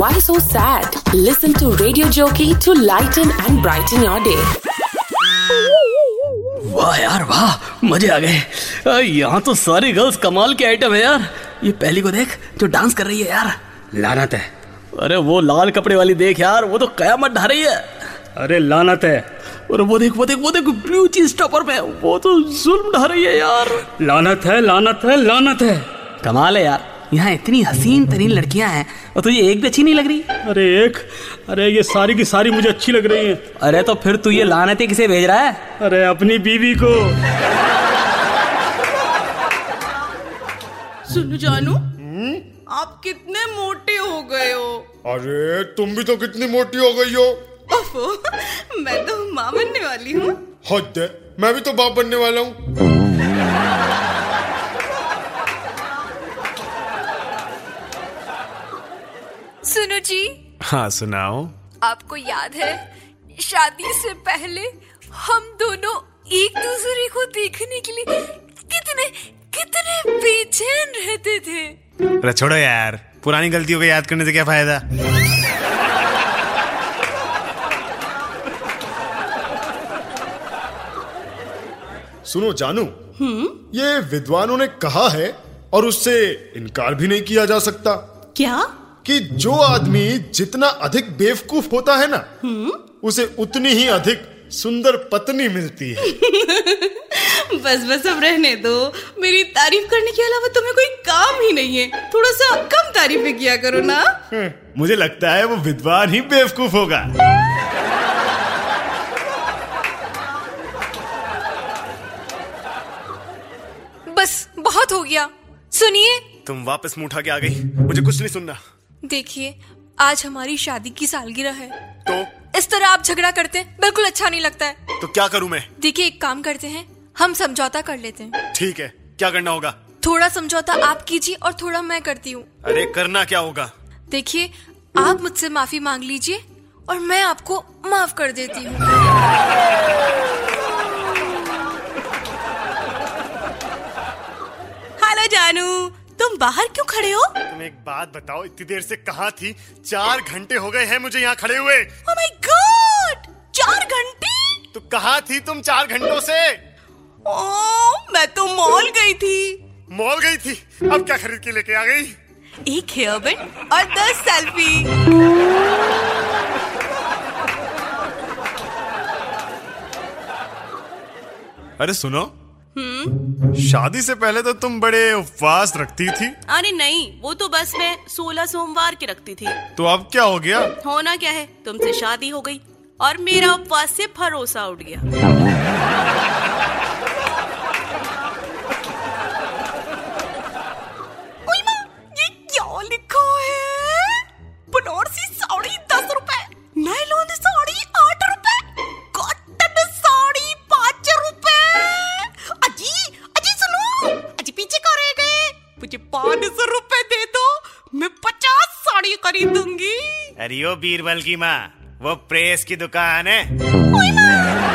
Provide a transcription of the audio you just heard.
Why so sad? Listen to Radio Jockey to lighten and brighten your day. वाह यार वाह मजे आ गए अ, यहाँ तो सारी गर्ल्स कमाल के आइटम है यार ये पहली को देख जो डांस कर रही है यार लानत है अरे वो लाल कपड़े वाली देख यार वो तो कयामत ढा रही है अरे लानत है और वो देख वो देख वो देख ब्लू चीज टॉपर में वो तो जुल्म ढा रही है यार लानत है लानत है लानत है कमाल है यार यहाँ इतनी हसीन तरीन लड़कियां हैं और तुझे एक भी अच्छी नहीं लग रही अरे एक अरे ये सारी की सारी मुझे अच्छी लग रही है अरे तो फिर तू ये लानते किसे भेज रहा है अरे अपनी बीवी को सुनो जानू हम्म? आप कितने मोटे हो गए हो अरे तुम भी तो कितनी मोटी हो गई हो ओफो मैं तो माँ बनने वाली हूँ हद है मैं भी तो बाप बनने वाला हूँ सुनो जी हाँ सुनाओ आपको याद है शादी से पहले हम दोनों एक दूसरे को देखने के लिए कितने कितने बेचैन रहते थे अरे छोड़ो यार पुरानी गलतियों को याद करने से क्या फायदा सुनो जानू ये विद्वानों ने कहा है और उससे इनकार भी नहीं किया जा सकता क्या कि जो आदमी जितना अधिक बेवकूफ होता है ना उसे उतनी ही अधिक सुंदर पत्नी मिलती है बस बस अब रहने दो मेरी तारीफ करने के अलावा तुम्हें कोई काम ही नहीं है थोड़ा सा कम तारीफें किया करो ना मुझे लगता है वो विद्वान ही बेवकूफ होगा बस बहुत हो गया सुनिए तुम वापस मुंह उठा के आ गई मुझे कुछ नहीं सुनना देखिए आज हमारी शादी की सालगिरह है तो इस तरह आप झगड़ा करते हैं बिल्कुल अच्छा नहीं लगता है तो क्या करूं मैं देखिए एक काम करते हैं हम समझौता कर लेते हैं ठीक है क्या करना होगा थोड़ा समझौता आप कीजिए और थोड़ा मैं करती हूँ अरे करना क्या होगा देखिए आप मुझसे माफी मांग लीजिए और मैं आपको माफ कर देती हूँ हेलो जानू तुम बाहर क्यों खड़े हो ओह तुम एक बात बताओ इतनी देर से कहाँ थी चार घंटे हो गए हैं मुझे यहाँ खड़े हुए माय गॉड Oh चार घंटे तो कहाँ थी तुम चार घंटों से ओह मैं तो मॉल गई थी मॉल गई थी अब क्या खरीद के लेके आ गई एक हेयर बैंड और दस सेल्फी अरे सुनो शादी से पहले तो तुम बड़े उपवास रखती थी अरे नहीं वो तो बस मैं सोलह सोमवार के रखती थी तो अब क्या हो गया होना क्या है तुमसे शादी हो गई और मेरा उपवास से भरोसा उठ गया ओए माँ, ये क्या लिखा है? बनारसी साड़ी दस रुपए, नायलॉन साड़ी आठ रुपए, कॉटन साड़ी पाँच रुपए। अजी, अजी सुनो, अजी पीछे कहाँ रह गए? मुझे पाँच सौ रुपए दे दो, मैं पचास साड़ी खरीदूंगी। अरे ओ बीरबल की माँ वो प्रेस की दुकान है